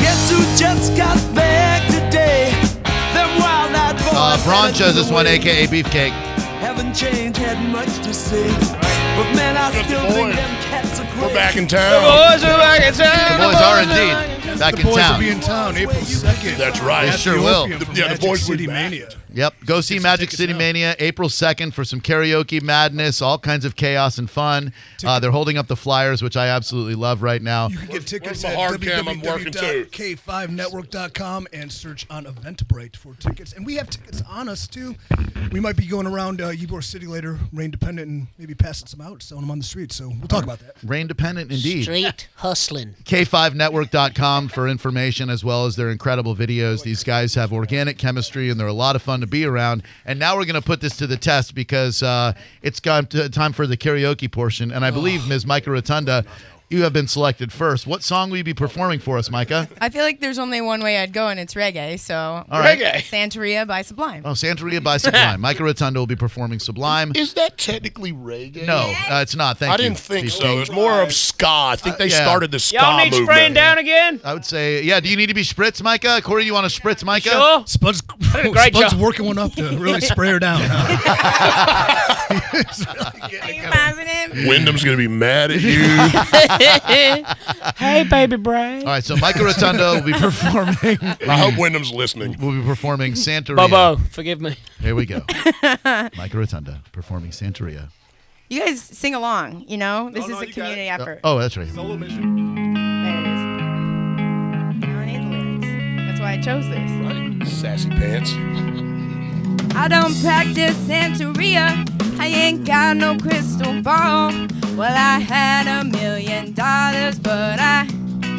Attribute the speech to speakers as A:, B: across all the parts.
A: Guess who just got back today? Them wild eyed boys.
B: Uh, Braun chose this one, aka Beefcake.
A: Haven't changed, had much to say. But man, I still think them cats are great.
C: We're back in town.
B: The boys are indeed back in
D: Boys will be
B: town.
D: in town April 2nd.
C: That's right.
B: They sure will.
D: Opium
C: The- yeah, the
D: Magic
C: boys will be
D: City
C: back.
D: Mania.
B: Yep. Go see
D: Get some
B: Magic
D: tickets
B: City
D: now.
B: Mania April 2nd for some karaoke madness, all kinds of chaos and fun. Uh, they're holding up the flyers, which I absolutely love right now.
D: You can get tickets
C: my
D: at
C: hard cam? I'm working too.
D: www.k5network.com and search on Eventbrite for tickets. And we have tickets on us too. We might be going around uh, Ybor City later, rain dependent, and maybe passing some out, selling them on the street. So we'll talk about that.
B: Rain dependent indeed.
E: Straight hustling.
B: K5network.com for information as well as their incredible videos. These guys have organic chemistry and they're a lot of fun to be around. And now we're going to put this to the test because uh, it's gone to time for the karaoke portion. And I believe, Ms. Micah Rotunda, you have been selected first. What song will you be performing for us, Micah?
F: I feel like there's only one way I'd go, and it's reggae. So
B: All right.
F: Santeria by Sublime.
B: Oh, Santeria by Sublime. Micah Rotunda will be performing Sublime.
C: Is that technically reggae?
B: No, uh, it's not. Thank
C: I
B: you.
C: didn't think
B: Beefcake.
C: so. It's more of ska. I think they
B: yeah.
C: started the ska
G: Y'all need
C: movement.
G: spraying down again?
B: I would say, yeah, do you need to be spritz, Micah? Corey, you want to spritz, Micah?
G: Sure.
D: Spud's,
G: a great
D: Spud's
G: job.
D: working one up to really spray her down. huh?
F: Are you positive?
C: Wyndham's gonna be mad at you.
G: hey, baby Bray.
B: All right, so Micah Rotunda will be performing.
C: I hope Wyndham's listening.
B: We'll be performing Santeria.
G: Bobo, forgive me.
B: Here we go. Micah Rotunda performing Santeria.
F: You guys sing along. You know, this is a community effort.
B: Oh, that's right.
F: There it is. Now I need the lyrics. That's why I chose this.
C: Sassy pants.
F: I don't practice Santeria. I ain't got no crystal ball. Well, I had a million dollars, but I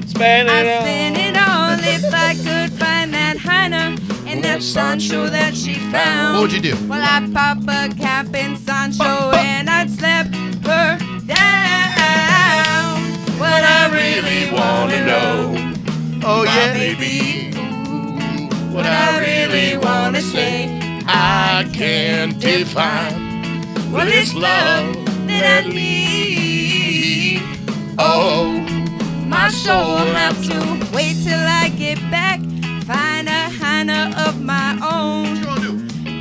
G: Spin
F: I
G: it
F: spin it all if I could find that hyena and that Sancho that she found.
B: What would you do?
F: Well, I pop a cap in Sancho and I'd slap her down. What I really wanna know,
B: Oh, yeah.
F: baby. What I really wanna say, I can't define. Well, it's love that I need.
C: Oh,
F: My soul have to wait till I get back. Find a hyena of my own.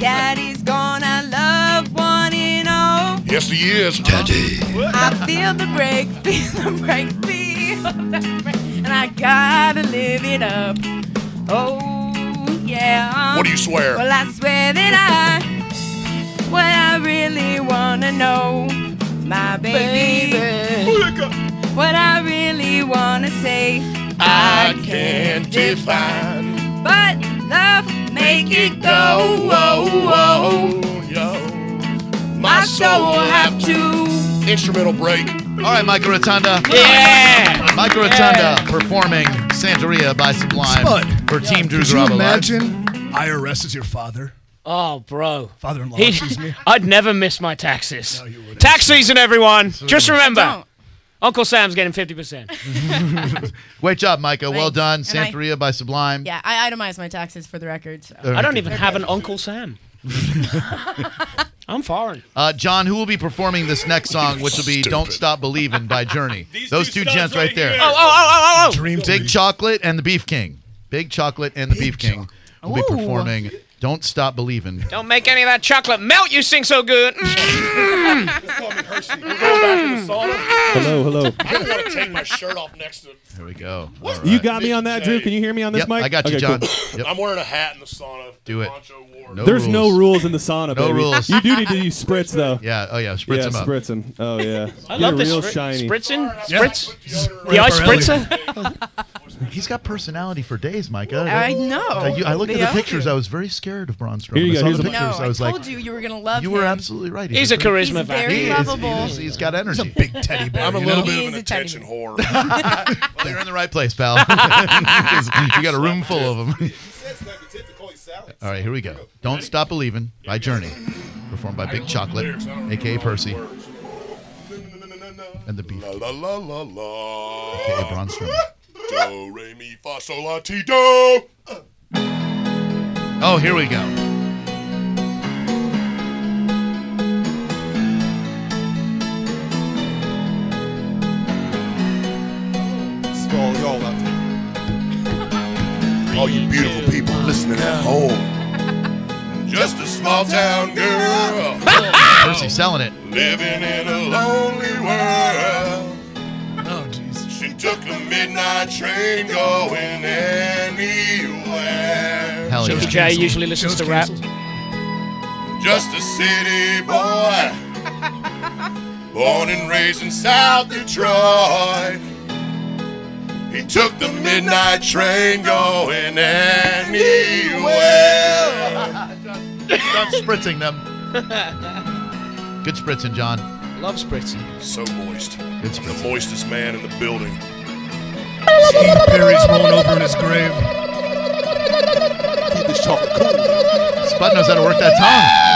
F: Daddy's gonna love one and all.
C: yes he is. Daddy.
F: I feel the break, feel the break, feel the break. And I gotta live it up. Oh, yeah.
C: What do you
F: Well,
C: swear?
F: I swear that I, what I really wanna know, my baby.
C: Oh,
F: What I really wanna say.
C: I can't define.
F: But love make it go. oh,
C: yo.
F: My soul have to.
C: Instrumental break.
B: All right, Micah Rotunda.
G: Yeah.
B: Micah Rotunda performing Santeria by Sublime
D: Spud.
B: for Team Drew
D: Could you
B: Garabo. Live.
D: imagine IRS is your father?
G: Oh, bro.
D: Father-in-law,
G: He-
D: excuse me.
G: I'd never miss my taxes.
D: you wouldn't.
G: Tax season, everyone. Just remember,
F: Don't.
G: Uncle Sam's getting 50%.
B: Great job, Micah. Well
F: Thanks.
B: done.
F: And I-
B: Santeria by Sublime.
F: Yeah, I itemize my taxes for the record. So.
G: I don't even have an Uncle Sam. I'm foreign.
B: Uh, John, who will be performing this next song, which will be Don't
C: Stupid.
B: Stop Believing by Journey? Those two, gents right there.
G: Oh, oh, oh, oh, oh.
D: Dream
B: Big
D: big
B: Chocolate and the Beef King. Big Chocolate and the Beef King will be
F: Ooh.
B: performing Don't Stop Believing.
G: Don't make any of that chocolate melt you sing so good. Mm.
C: Go back to the song.
E: Hello, hello.
C: I gotta take my shirt off next to.
B: Here we go. All
E: You
B: right.
E: got me on that, Drew. Can you hear me on this
B: Yep,
E: mic?
B: I got you,
E: Okay,
B: John.
E: cool.
B: Yep.
C: I'm wearing a hat in the sauna.
B: Do it.
C: Poncho wore.
B: No
E: There's no rules in the sauna,
B: No
E: baby.
B: rules.
E: You do need to use spritz though.
B: Yeah. Oh yeah. Spritz
E: Yeah,
B: them up.
E: spritzing. Oh yeah.
G: I
E: Get
G: love this
E: real
G: spri-
E: shiny.
G: spritzing.
D: Yeah.
G: Spritz.
C: Deodorant.
G: The eye
D: Rapper Elliot.
G: spritzer.
B: He's got personality for days, Micah.
F: I know.
B: I, you- I looked at the
F: Yeah.
B: pictures. I was very scared of Braun Strowman.
E: Here you
B: I
E: go,
B: saw
E: here's
B: the
E: a-
F: No,
B: pictures.
F: I,
B: I was
F: told
B: like,
F: you you were gonna love
B: you
F: him.
B: were absolutely right.
G: He's a
B: pretty-
G: charisma
F: He's very
B: He
G: factor.
B: is,
F: lovable.
B: he is- he's got energy.
D: Big teddy bear.
C: I'm a
D: you
C: little
D: know?
C: bit of
F: He's
C: an
F: a tiny
C: attention
F: man.
C: whore.
B: Well, you're in the right place, pal. 'Cause you got a room full of them. All right, here we go. Don't Stop Believing by Journey, performed by Big Chocolate, aka Percy, and the Beef,
C: La la la la la.
B: aka Braun Strowman.
C: Do re mi fa sol la ti do.
B: Oh, here we go.
C: All you beautiful people listening at home. Just a small town girl
B: Percy selling it.
C: living in a lonely world.
D: Oh, jeez.
C: She took a midnight train going anywhere.
B: Hell
G: Joe
B: yeah.
G: Jay usually listens
D: Show's
G: to rap.
D: canceled.
C: Just a city boy. Born and raised in South Detroit. He took the midnight train going anywhere.
B: Stop spritzing them. Good spritzing, John.
G: Love spritzing.
C: So moist.
B: It's
C: the moistest man in the building.
D: Steve Perry's rolling over in his grave.
B: Spud knows how to work that tongue.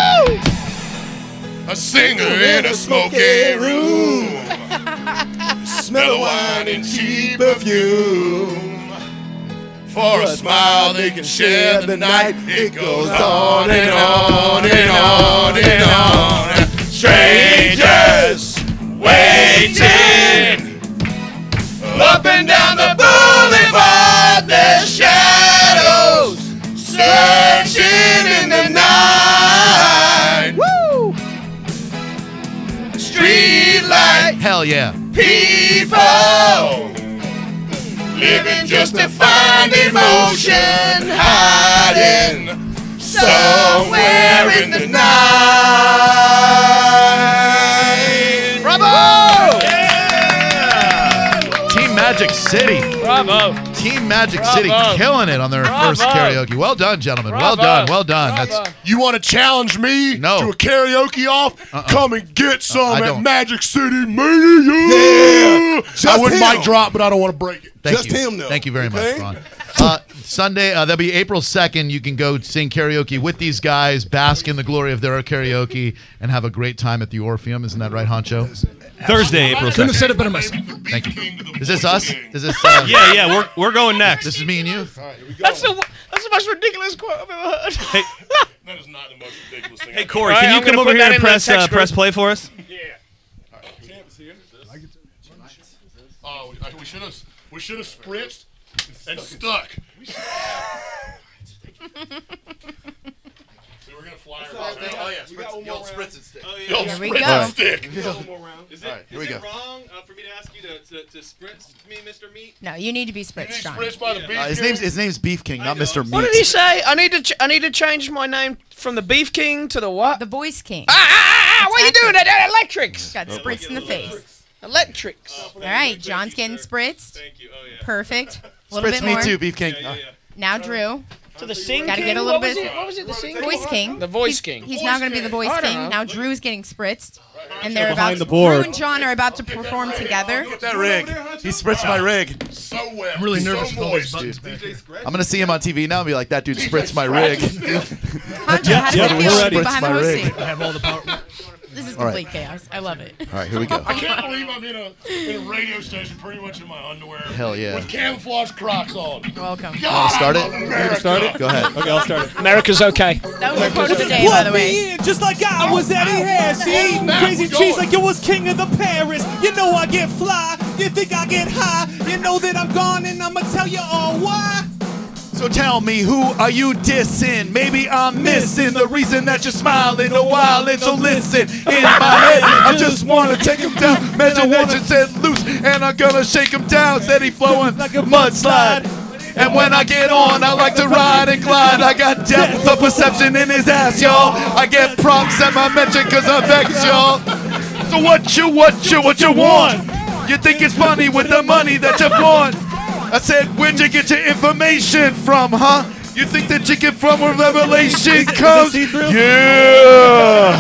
C: A singer in a smoky room. Smell of wine and cheap perfume. For a smile they can share the night. It goes on and on and on and on. Strangers waiting. Up and down the boulevard, there's shadows searching in the night. Streetlight
B: Hell yeah.
C: people living just to find emotion hiding somewhere in the night. Bravo!
B: Team Magic
H: Oh,
B: City.
G: Bravo.
B: Team Magic City
G: Bravo.
B: killing it on their
G: Bravo.
B: first karaoke. Well done, gentlemen. Well
G: Bravo.
B: done. Well done. That's
G: Bravo.
C: You want to challenge me
B: No. Uh-uh.
C: to a karaoke off? Come and get
B: I
C: some at
B: don't.
C: Magic City Mania. I would
I: him.
C: mic drop, but I don't want to break it.
B: thank
I: Just
B: you.
I: him, though,
B: Thank you very much,
I: okay?
B: Ron. Uh, Sunday, uh, that'll be April 2nd. You can go sing karaoke with these guys, bask in the glory of their karaoke, and have a great time at the Orpheum. Isn't that right, Honcho?
H: Thursday, April
D: Couldn't have
H: 2nd.
D: said it better myself.
B: Thank you. Is this us? Is this uh,
H: Yeah, yeah, we're, we're going
B: This
H: next.
B: is me and you?
G: That's the that's the most ridiculous quote I've ever heard.
H: Hey,
C: That is not the most ridiculous thing.
H: hey Corey,
G: All right,
H: can
G: I'm
H: you come
G: gonna
H: over
G: put
H: here
G: that
H: and
G: in the
H: press
G: text
H: uh,
G: group.
H: press play for us?
C: Oh, we- we should have we should have spritzed and stuck. so we're gonna fly around. Oh yeah, spritz, the old spritz and stick. The old
F: Here we
C: spritz
F: go.
C: and stick.
I: uh,
H: Is
C: All right, here we go.
H: wrong for me to ask you to, to, to spritz me, Mr. Meat?
F: No, you need to be spritzed, John.
C: Spritz by the
B: Uh,
C: beach.
I: Uh, His name's his name's Beef King, not Mr.
G: What did he
I: Meat.
G: say? I need to ch- I need to change my name from the Beef King to the what?
F: The voice king
G: ah, ah, ah, what are you doing? That, that electrics.
F: got spritzed in the face.
G: Electrics.
F: All right, John's getting spritzed.
H: Thank you. Oh, yeah.
F: Perfect. A little
I: Spritz
F: bit
I: me
F: more.
I: too, Beef King.
F: Now Drew,
G: To the sing
F: Gotta
G: king.
F: get a little
G: what was
F: bit-
G: it? What was it? The sing
F: voice king.
G: The voice
F: he's,
G: king.
F: He's now going to be the voice
G: I don't
F: king.
G: know.
F: Now Drew's getting spritzed, and they're about.
E: behind
F: To,
E: the board.
F: Drew and John are about to perform together.
I: That rig. He spritzed my rig.
C: so wet.
D: I'm really
C: so
D: nervous with all these
C: moist.
D: buttons back here.
I: I'm gonna see him on TV now and be like, that dude spritzed my rig.
F: Honcho, how does
E: yeah,
F: it
E: we're
F: feel to
E: ready.
F: be behind the
I: Spritz my
F: host
I: rig.
F: seat?
D: I have all the power.
F: This is
I: right.
F: complete chaos. I love it.
I: All right, here we go.
C: I can't believe I'm in a in a radio station pretty much in my underwear.
I: Hell yeah.
C: With camouflage Crocs on. God,
F: Welcome.
I: Start
C: I love
I: it.
C: America.
I: Start it. Go ahead.
E: Okay, I'll start it.
G: America's okay.
F: That was our quote of the day, by the way.
H: in just like I was at a hash. Eating
C: Now,
H: crazy
C: we're
H: cheese
C: going.
H: like it was king of the Paris. You know I get fly. You think I get high. You know that I'm gone and I'ma tell you all why.
I: So tell me, who are you dissing? Maybe I'm missing the reason that you're smiling a while. And so listen, in my head, I just wanna take him down. Imagine what you said I'm gonna shake him down, steady flowing like a mudslide. And when I get on, I like to ride and glide. I got depth of perception in his ass, y'all. I get props at my mention cause I vex, y'all. So what you, what you, what you want? You think it's funny with the money that you flaunt? I said, where'd you get your information from, huh? You think that you get from where revelation comes? Yeah.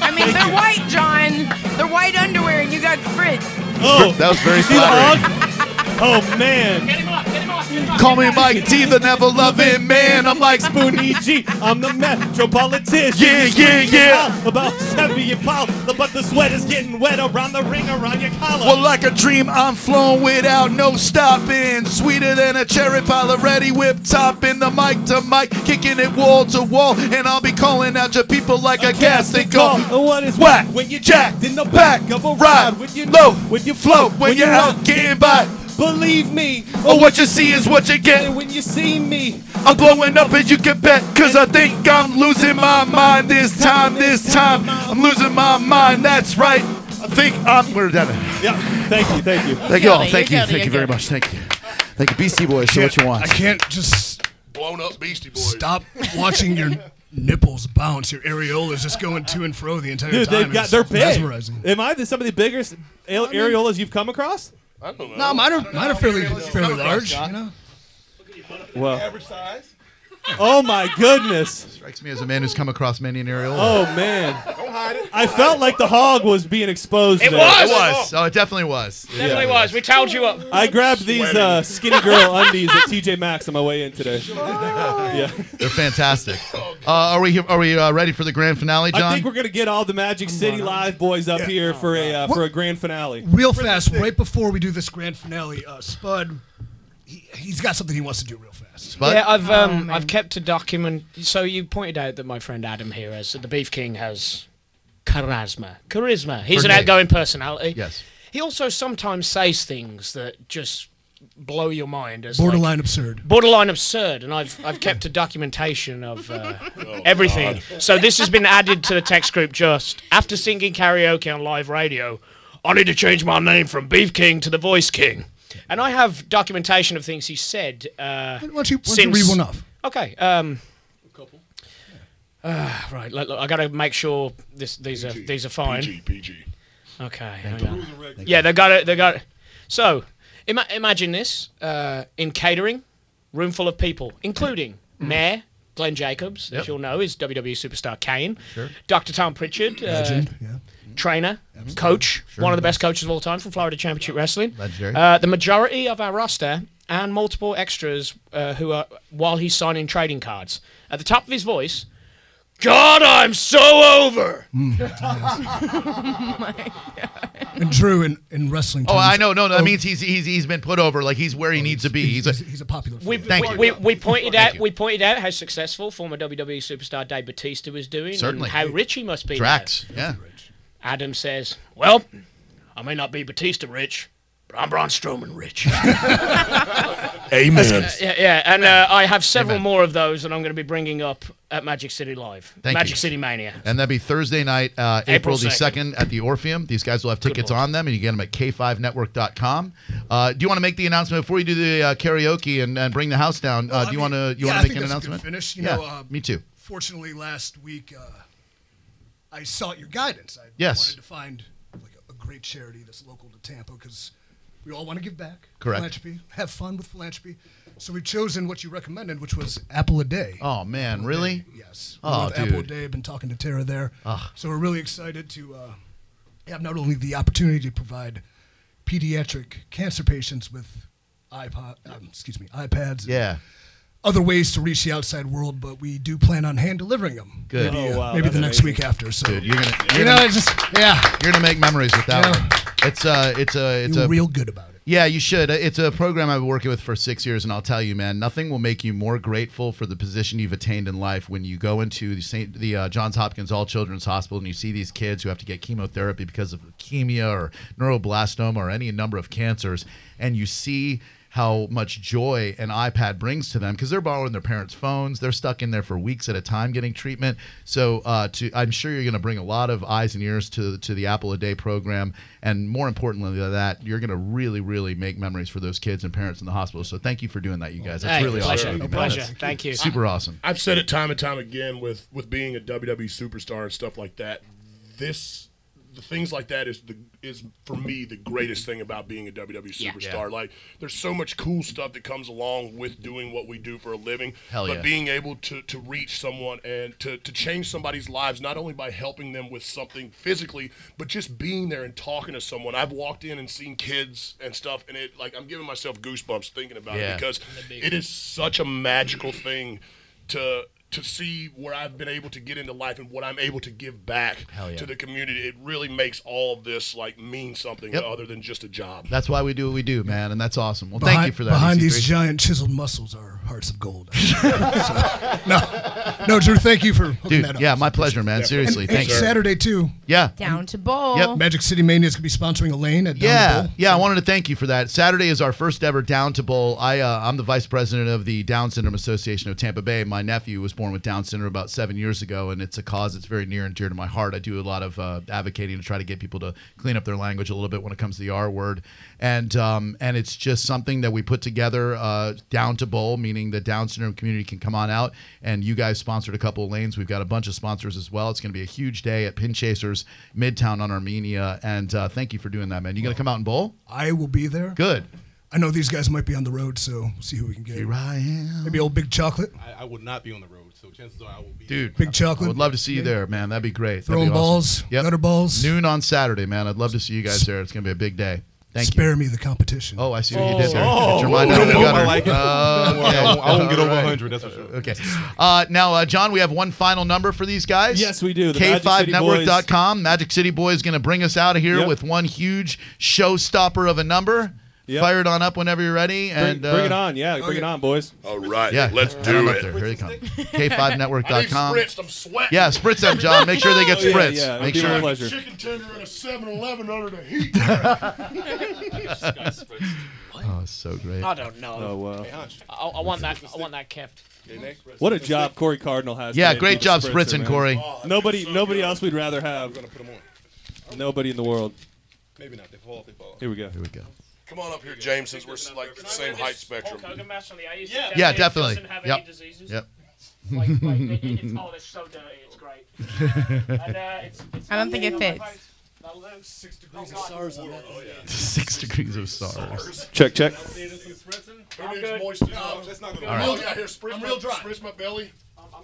F: I mean, they're white, John. They're white underwear, and you got frizz.
B: that was very
I: See the
B: flattering.
I: Oh man. Call me Mike T, the never loving man. I'm like Spoonie G. I'm the metropolitan. Yeah, yeah, yeah.
H: About seventy and pile, but the sweat is getting wet around the ring around your collar.
I: Well, like a dream, I'm flown without no stopping. Sweeter than a cherry pie, already whip top in the mic to mic, kicking it wall to wall. And I'll be calling out your people like a, gas they call. What is whack when you're jacked in the back of a ride? When you're low, when you float, when, you're out getting by. Believe me, or what you see is what you get. when you see me, I'm blowing up as you can bet. Cause I think I'm losing my mind this time, this time. I'm losing my mind, that's right. I think I'm. We're done.
E: Yeah. Thank you. Thank you.
I: Thank you all. Thank you. Thank you very much. Thank you. Thank you, Beastie Boys. So what you want?
D: I can't just
C: blown up Beastie Boys.
D: Stop watching your nipples bounce. Your areolas just going to and fro the entire
E: Dude,
D: time.
E: they've got
D: It's
E: they're big.
D: mesmerizing.
E: Am I the, some of the biggest a- areolas you've come across?
C: I don't know.
D: No, mine are mine are fairly fairly large. You know,
E: Well, Oh my goodness.
B: Strikes me as a man who's come across many an areola.
E: Oh man. I felt like the hog was being exposed.
G: It
E: there.
G: was! It
B: was. Oh, it definitely was.
G: Definitely was. We towed you up.
E: I grabbed these uh, skinny girl undies at TJ Maxx on my way in today. Yeah.
B: They're fantastic. Uh, are we are we uh, ready for the grand finale, John?
E: I think we're gonna get all the Magic City Live boys up here for a uh, for a grand finale.
D: real fast, right before we do this grand finale, uh, Spud, he, he's got something he wants to do real fast.
B: Spud?
G: yeah, I've um,
F: Oh,
G: I've kept a document. So you pointed out that my friend Adam here has the Beef King has charisma. Charisma. He's
B: For
G: an
B: me.
G: outgoing personality.
B: Yes.
G: He also sometimes says things that just blow your mind as like,
D: Borderline absurd.
G: borderline absurd, and I've I've kept a documentation of uh, everything. So this has been added to the text group just after singing karaoke on live radio. I need to change my name from Beef King to the Voice King, and I have documentation of things he said. Uh,
D: Why don't you, why don't you read one off?
G: Okay. Um, uh, right. Look, look, I got to make sure this these are these are fine.
C: PG, PG.
G: Okay. hang on. Yeah, they got it. They got it. So, ima- imagine this uh, in catering, room full of people, including
D: Mm.
G: Mayor Glenn Jacobs, as you'll know, is WWE superstar Kane, Dr. Tom Pritchard, uh,
D: Legend, yeah.
G: trainer, coach, one of the best coaches of all time from Florida Championship Wrestling.
B: Legendary.
G: Uh, the majority of our roster and multiple extras uh, who are while he's signing trading cards. At the top of his voice, God, I'm so over.
D: Mm. And Drew in, in wrestling.
B: Oh,
D: terms- Oh,
B: I know. No, no, that means he's he's he's been put over. Like he's where he needs to be. He's,
D: He's,
B: a,
D: he's a popular.
G: We,
D: figure.
B: Thank
G: we,
B: you.
G: we, we pointed out
B: you.
G: we pointed out how successful former WWE superstar Dave Batista was doing,
B: Certainly.
G: and how rich he must be. now.
B: Drax. Yeah.
G: Adam says, "Well, I may not be Batista rich, but I'm Braun Strowman rich."
C: Amen.
G: yeah, yeah, and uh, I have several more of those that I'm going to be bringing up at Magic City Live,
B: Thank
G: Magic
B: you.
G: City Mania.
B: And that'd be Thursday night, uh, April,
G: April
B: the 2nd at the Orpheum. These guys will have tickets on them, and you get them at k5network.com. Uh, do you want to make the announcement before you do the uh, karaoke and, and bring the house down? Uh,
D: Well, I
B: do you
D: mean,
B: want to you
D: yeah, I
B: want to make
D: think
B: an
D: that's a good
B: announcement?
D: finish. You
B: yeah,
D: know, uh,
B: me too.
D: Fortunately, last week uh, I sought your guidance. I
B: Yes.
D: wanted to find like a, a great charity that's local to Tampa because we all want to give back.
B: Correct.
D: Philanthropy, have fun with philanthropy. So we've chosen what you recommended, which was Apple a Day.
B: Oh man, really?
D: Yes.
B: Oh,
D: With Apple a
B: dude.
D: Day. I've been talking to Tara there. So we're really excited to uh, have not only the opportunity to provide pediatric cancer patients with iPod, um, excuse me, iPads. and
B: Yeah.
D: other ways to reach the outside world, but we do plan on hand delivering them.
B: Good.
D: Maybe,
E: Oh,
D: uh,
E: wow,
D: maybe the
E: that's
D: next
E: amazing.
D: week after. So
B: Dude, you're gonna you're,
D: you know,
B: gonna,
D: it's just yeah,
B: you're gonna make memories with that
D: Yeah.
B: one. It's uh it's a it's
D: you're
B: a
D: real good about it.
B: Yeah, you should. Uh, It's a program I've been working with for six years, and I'll tell you, man, nothing will make you more grateful for the position you've attained in life when you go into the, Saint, the uh, Johns Hopkins All Children's Hospital and you see these kids who have to get chemotherapy because of leukemia or neuroblastoma or any number of cancers, and you see how much joy an iPad brings to them because they're borrowing their parents' phones. They're stuck in there for weeks at a time getting treatment. So uh, to, I'm sure you're going to bring a lot of eyes and ears to to the Apple a Day program, and more importantly than that, you're going to really, really make memories for those kids and parents in the hospital. So thank you for doing that, you guys. That's
G: Hey,
B: really
G: pleasure.
B: awesome.
G: A
B: man.
G: pleasure.
B: That's
G: Thank you.
B: Super awesome.
C: I've said it time and time again with with being a WWE superstar and stuff like that. This the things like that is the is for me the greatest thing about being a WWE
I: Yeah.
C: superstar.
I: Yeah.
C: Like there's so much cool stuff that comes along with doing what we do for a living,
I: Hell
C: but
I: yeah.
C: being able to to reach someone and to to change somebody's lives not only by helping them with something physically, but just being there and talking to someone. I've walked in and seen kids and stuff and it like I'm giving myself goosebumps thinking about
I: Yeah.
C: it because it is such a magical thing to to see where I've been able to get into life and what I'm able to give back
B: Hell yeah.
C: to the community. It really makes all of this like mean something
B: Yep.
C: other than just a job.
B: That's why we do what we do, man, and that's awesome. Well,
D: behind,
B: thank you for that.
D: Behind
B: EC3.
D: these giant chiseled muscles are hearts of gold. So, no, no, Drew. Thank you for hooking
B: Dude,
D: that up.
B: yeah, my pleasure, man.
D: Yeah.
B: Seriously,
D: And-
B: thank
D: and
B: you.
D: Saturday too.
B: Yeah.
F: Down to bowl.
D: Yep. Magic City Mania is going to be sponsoring a lane at Down the
B: Yeah,
D: Bowl.
B: yeah. I wanted to thank you for that. Saturday is our first ever Down to Bowl. I uh, I'm the vice president of the Down Syndrome Association of Tampa Bay. My nephew was born with Down syndrome about seven years ago, and it's a cause that's very near and dear to my heart. I do a lot of uh, advocating to try to get people to clean up their language a little bit when it comes to the R word, and um, and it's just something that we put together uh, Down to Bowl, meaning the Down syndrome community can come on out, and you guys sponsored a couple of lanes. We've got a bunch of sponsors as well. It's going to be a huge day at Pin Chasers Midtown on Armenia, and uh, thank you for doing that, man. You going to come out and bowl?
D: I will be there.
B: Good.
D: I know these guys might be on the road, so we'll see who we can get. Here
B: I am.
D: Maybe old Big Chocolate.
J: I, I would not be on the road, so chances are I will be.
B: Dude,
D: Big chocolate.
B: I would love to see you there, man. That'd be great.
D: Throwing
B: That'd be awesome.
D: balls, gutter balls.
B: Noon on Saturday, man. I'd love to see you guys there. It's gonna be a big day. Thank
D: Spare me the competition.
B: Oh, I see what you did there. Get
D: Oh,
B: your mind
D: oh,
B: out of the
D: oh,
B: gutter.
D: I like it.
B: Uh,
D: Don't worry, I
B: okay.
D: won't- I won't get
B: All
D: over
B: right.
J: 100, that's for sure.
B: Okay. Uh, now, uh, John, we have one final number for these guys.
E: Yes, we do. The Magic City
B: K5network.com. Magic City Boy is going to bring us out of here
E: Yep.
B: with one huge showstopper of a number. Fire it on up whenever you're ready.
E: Bring,
B: And
E: bring it
B: uh,
E: on, yeah. Bring it on, boys.
C: All right,
B: Yeah, head on up there. Here they come.
C: I need
B: K5network.com.
C: spritzed. I'm sweating.
B: Yeah, spritz them, John. Make sure they get
E: Oh, yeah,
B: spritzed.
E: yeah.
B: Make
E: It'll be my
B: sure.
E: pleasure.
C: Chicken tender at a 7-Eleven under the heat.
B: Oh, it's so great.
G: I don't know.
E: Oh, wow.
G: I, I want that. I want that kept.
E: What a job Corey Cardinal has.
B: Yeah,
E: today
B: great
E: with the
B: job
E: spritzer,
B: spritzing,
E: man.
B: Corey.
E: Nobody, nobody else we'd rather have. Nobody in the world.
J: Maybe not. They fall off. They fall off.
E: Here we go. Here
B: we go.
C: Come on up here, James, since we're like the same height spectrum.
G: Yeah,
B: Yeah, definitely. Yep. Yep.
G: it's so dirty. It's great.
B: And, uh,
F: I don't think it fits.
H: Six degrees of SARS on that.
B: Six degrees of stars.
E: Check, check.
C: Who needs moisture? No, that's not good.
B: All right.
C: Look out Oh, here, spritz my, spritz my belly.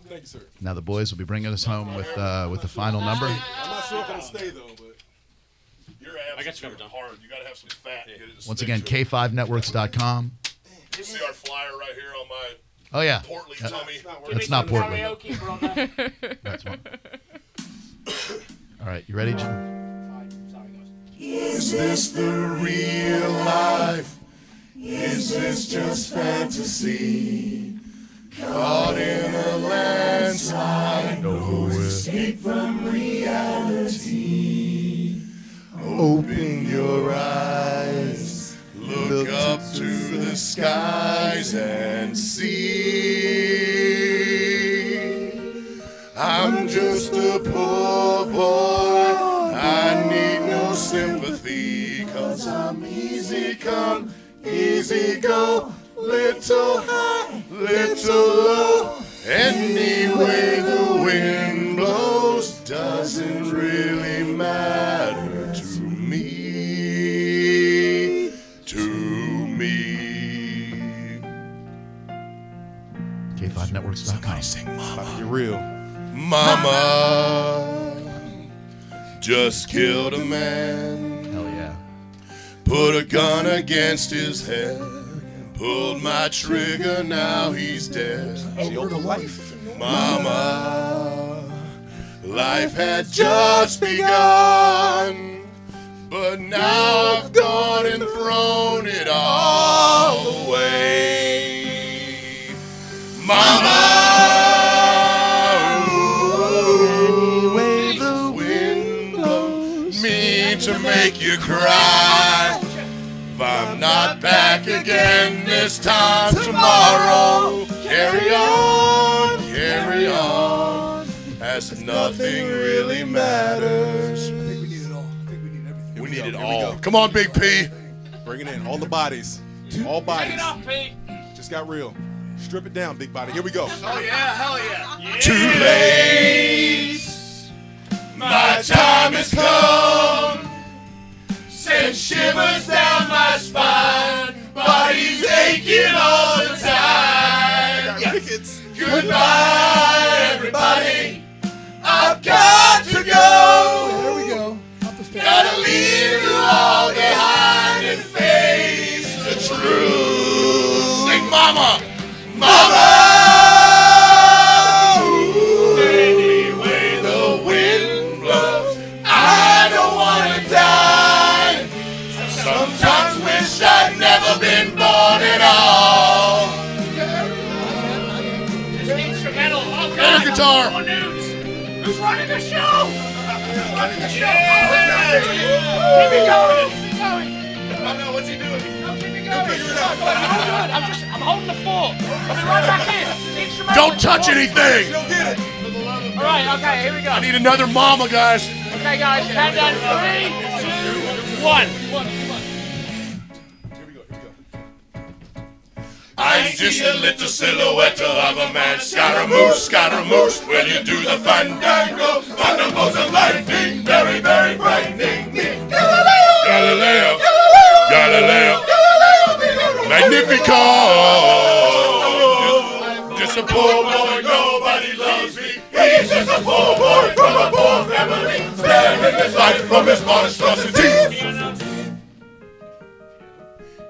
J: Thank you, sir.
B: Now the boys will be bringing us home with uh, with the final number.
J: I'm not sure if it'll stay though, but
C: Your abs I got you hard. You gotta have some fat. to get it to
B: Once
C: stick
B: again,
C: to it.
B: K5networks.com.
C: You see our flyer right here on my
B: Oh yeah,
C: portly
B: Uh,
C: tummy.
B: that's not portly. That's one. All right, you ready, John?
C: Is this the real life? Is this just fantasy? Caught in a landslide, no escape from reality. Open your eyes, look up to the skies and see. I'm just a poor boy. I need no sympathy, cause I'm easy come, easy go. Little high, little low. Any way the wind blows doesn't really matter to me. To me.
B: K5networks.com.
J: you're real.
C: Mama just killed a man.
B: Hell yeah.
C: Put a gun against his head. Pulled my trigger, now he's dead.
J: She opened life.
C: Mama, life had just begun. But now I've gone and thrown it all away. Mama, ooh, the wind blows me to make you cry. If I'm not back again this time tomorrow, carry on, carry on, as nothing really matters. We need it all. Come on, Big P.
J: Bring it in. All the bodies. All bodies. Just got real. Strip it down, big body. Here we go.
C: Oh yeah, hell yeah. Too late. My time has come. Send shivers down my spine. Body's aching all the time. Goodbye, everybody. I've got to go. There we go. Gotta leave you all behind and face the truth. Sing, mama. Mama! Any way the wind blows, I don't wanna die. I sometimes wish I'd never been born at all.
A: Instrumental. Oh,
C: God. guitar. Oh,
A: Who's running the show? Who's running the show?
C: Keep
A: it going.
C: Keep it going. I know what's he doing.
A: Keep it going. I'm good. I'm just. I'm holding the fort. I'll be right back in. Instrumental.
C: Don't touch anything.
A: All right. Okay. Here we go.
C: I need another mama, guys.
A: Okay, guys. Count down. Three, two, one.
C: I see a little silhouette of a man. Scaramouche, Scaramouche, will you do the fandango? Thunderbolts and lightning, very, very frightening me. Galileo, Galileo, Galileo, Magnifico. Just a poor boy, nobody loves me. He's just a poor boy from a poor family, sparing his life from his monstrosity.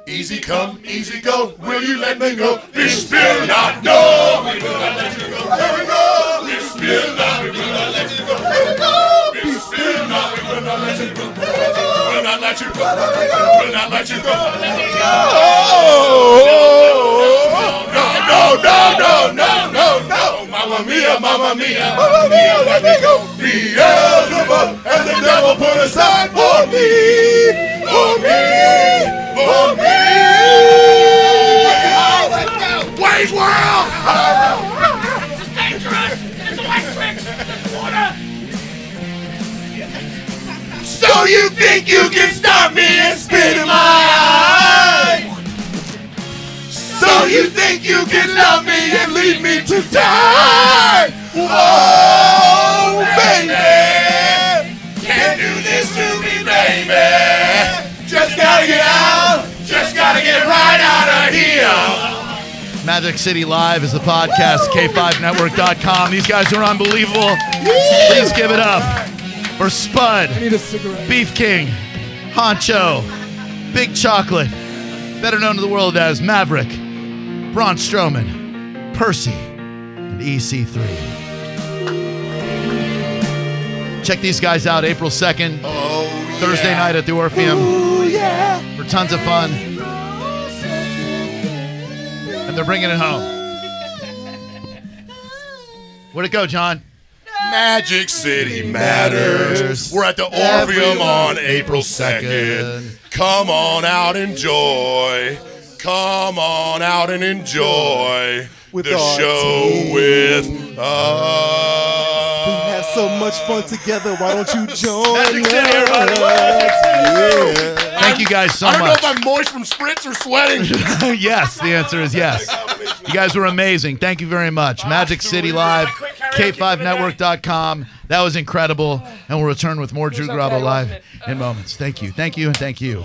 C: Easy come, easy go. Will you let me go? We will not know. We will not let you go. Here we go. We will not. We will not let you go. Here we go. We will not. We will not let you go. We will not let you go. We will not let you go. Oh, No, no, no, no, no, no. Mamma mia, mamma mia. Mamma mia, let me go. Beelzebub and the devil put a sign for me. For me. For me. Let's go. Wayne's World.
A: This is dangerous. There's electrics. There's water.
C: So you think you can stop me and spit in my eye? So you think you can love me and leave me to die? Oh, baby, can't do this to me, baby. Just gotta get out, just gotta get right out of here.
B: Magic City Live is the podcast, K5Network.com. These guys are unbelievable. Please give it up for Spud, Beef King, Honcho, Big Chocolate, better known to the world as Maverick, Braun Strowman, Percy, and E EC3. Check these guys out April 2nd,
C: Oh,
B: Thursday night at the Orpheum for tons of fun. And they're bringing it home. Where'd it go, John?
C: Magic City matters. We're at the Orpheum on April 2nd. Come on out, enjoy. Come on out and enjoy the
J: our
C: show
J: team.
C: with
I: uh,
C: us.
J: We had so much fun together. Why don't you join
C: Magic City,
J: us?
C: everybody.
J: Yeah.
B: Thank you guys so
C: I don't know
B: much.
C: if I'm moist from sprints or sweating.
B: yes, the answer is yes. You guys were amazing. Thank you very much. Magic City Live, K5Network.com. That was incredible. And we'll return with more Drew Grabo live in moments. Thank you. Thank you. And thank you.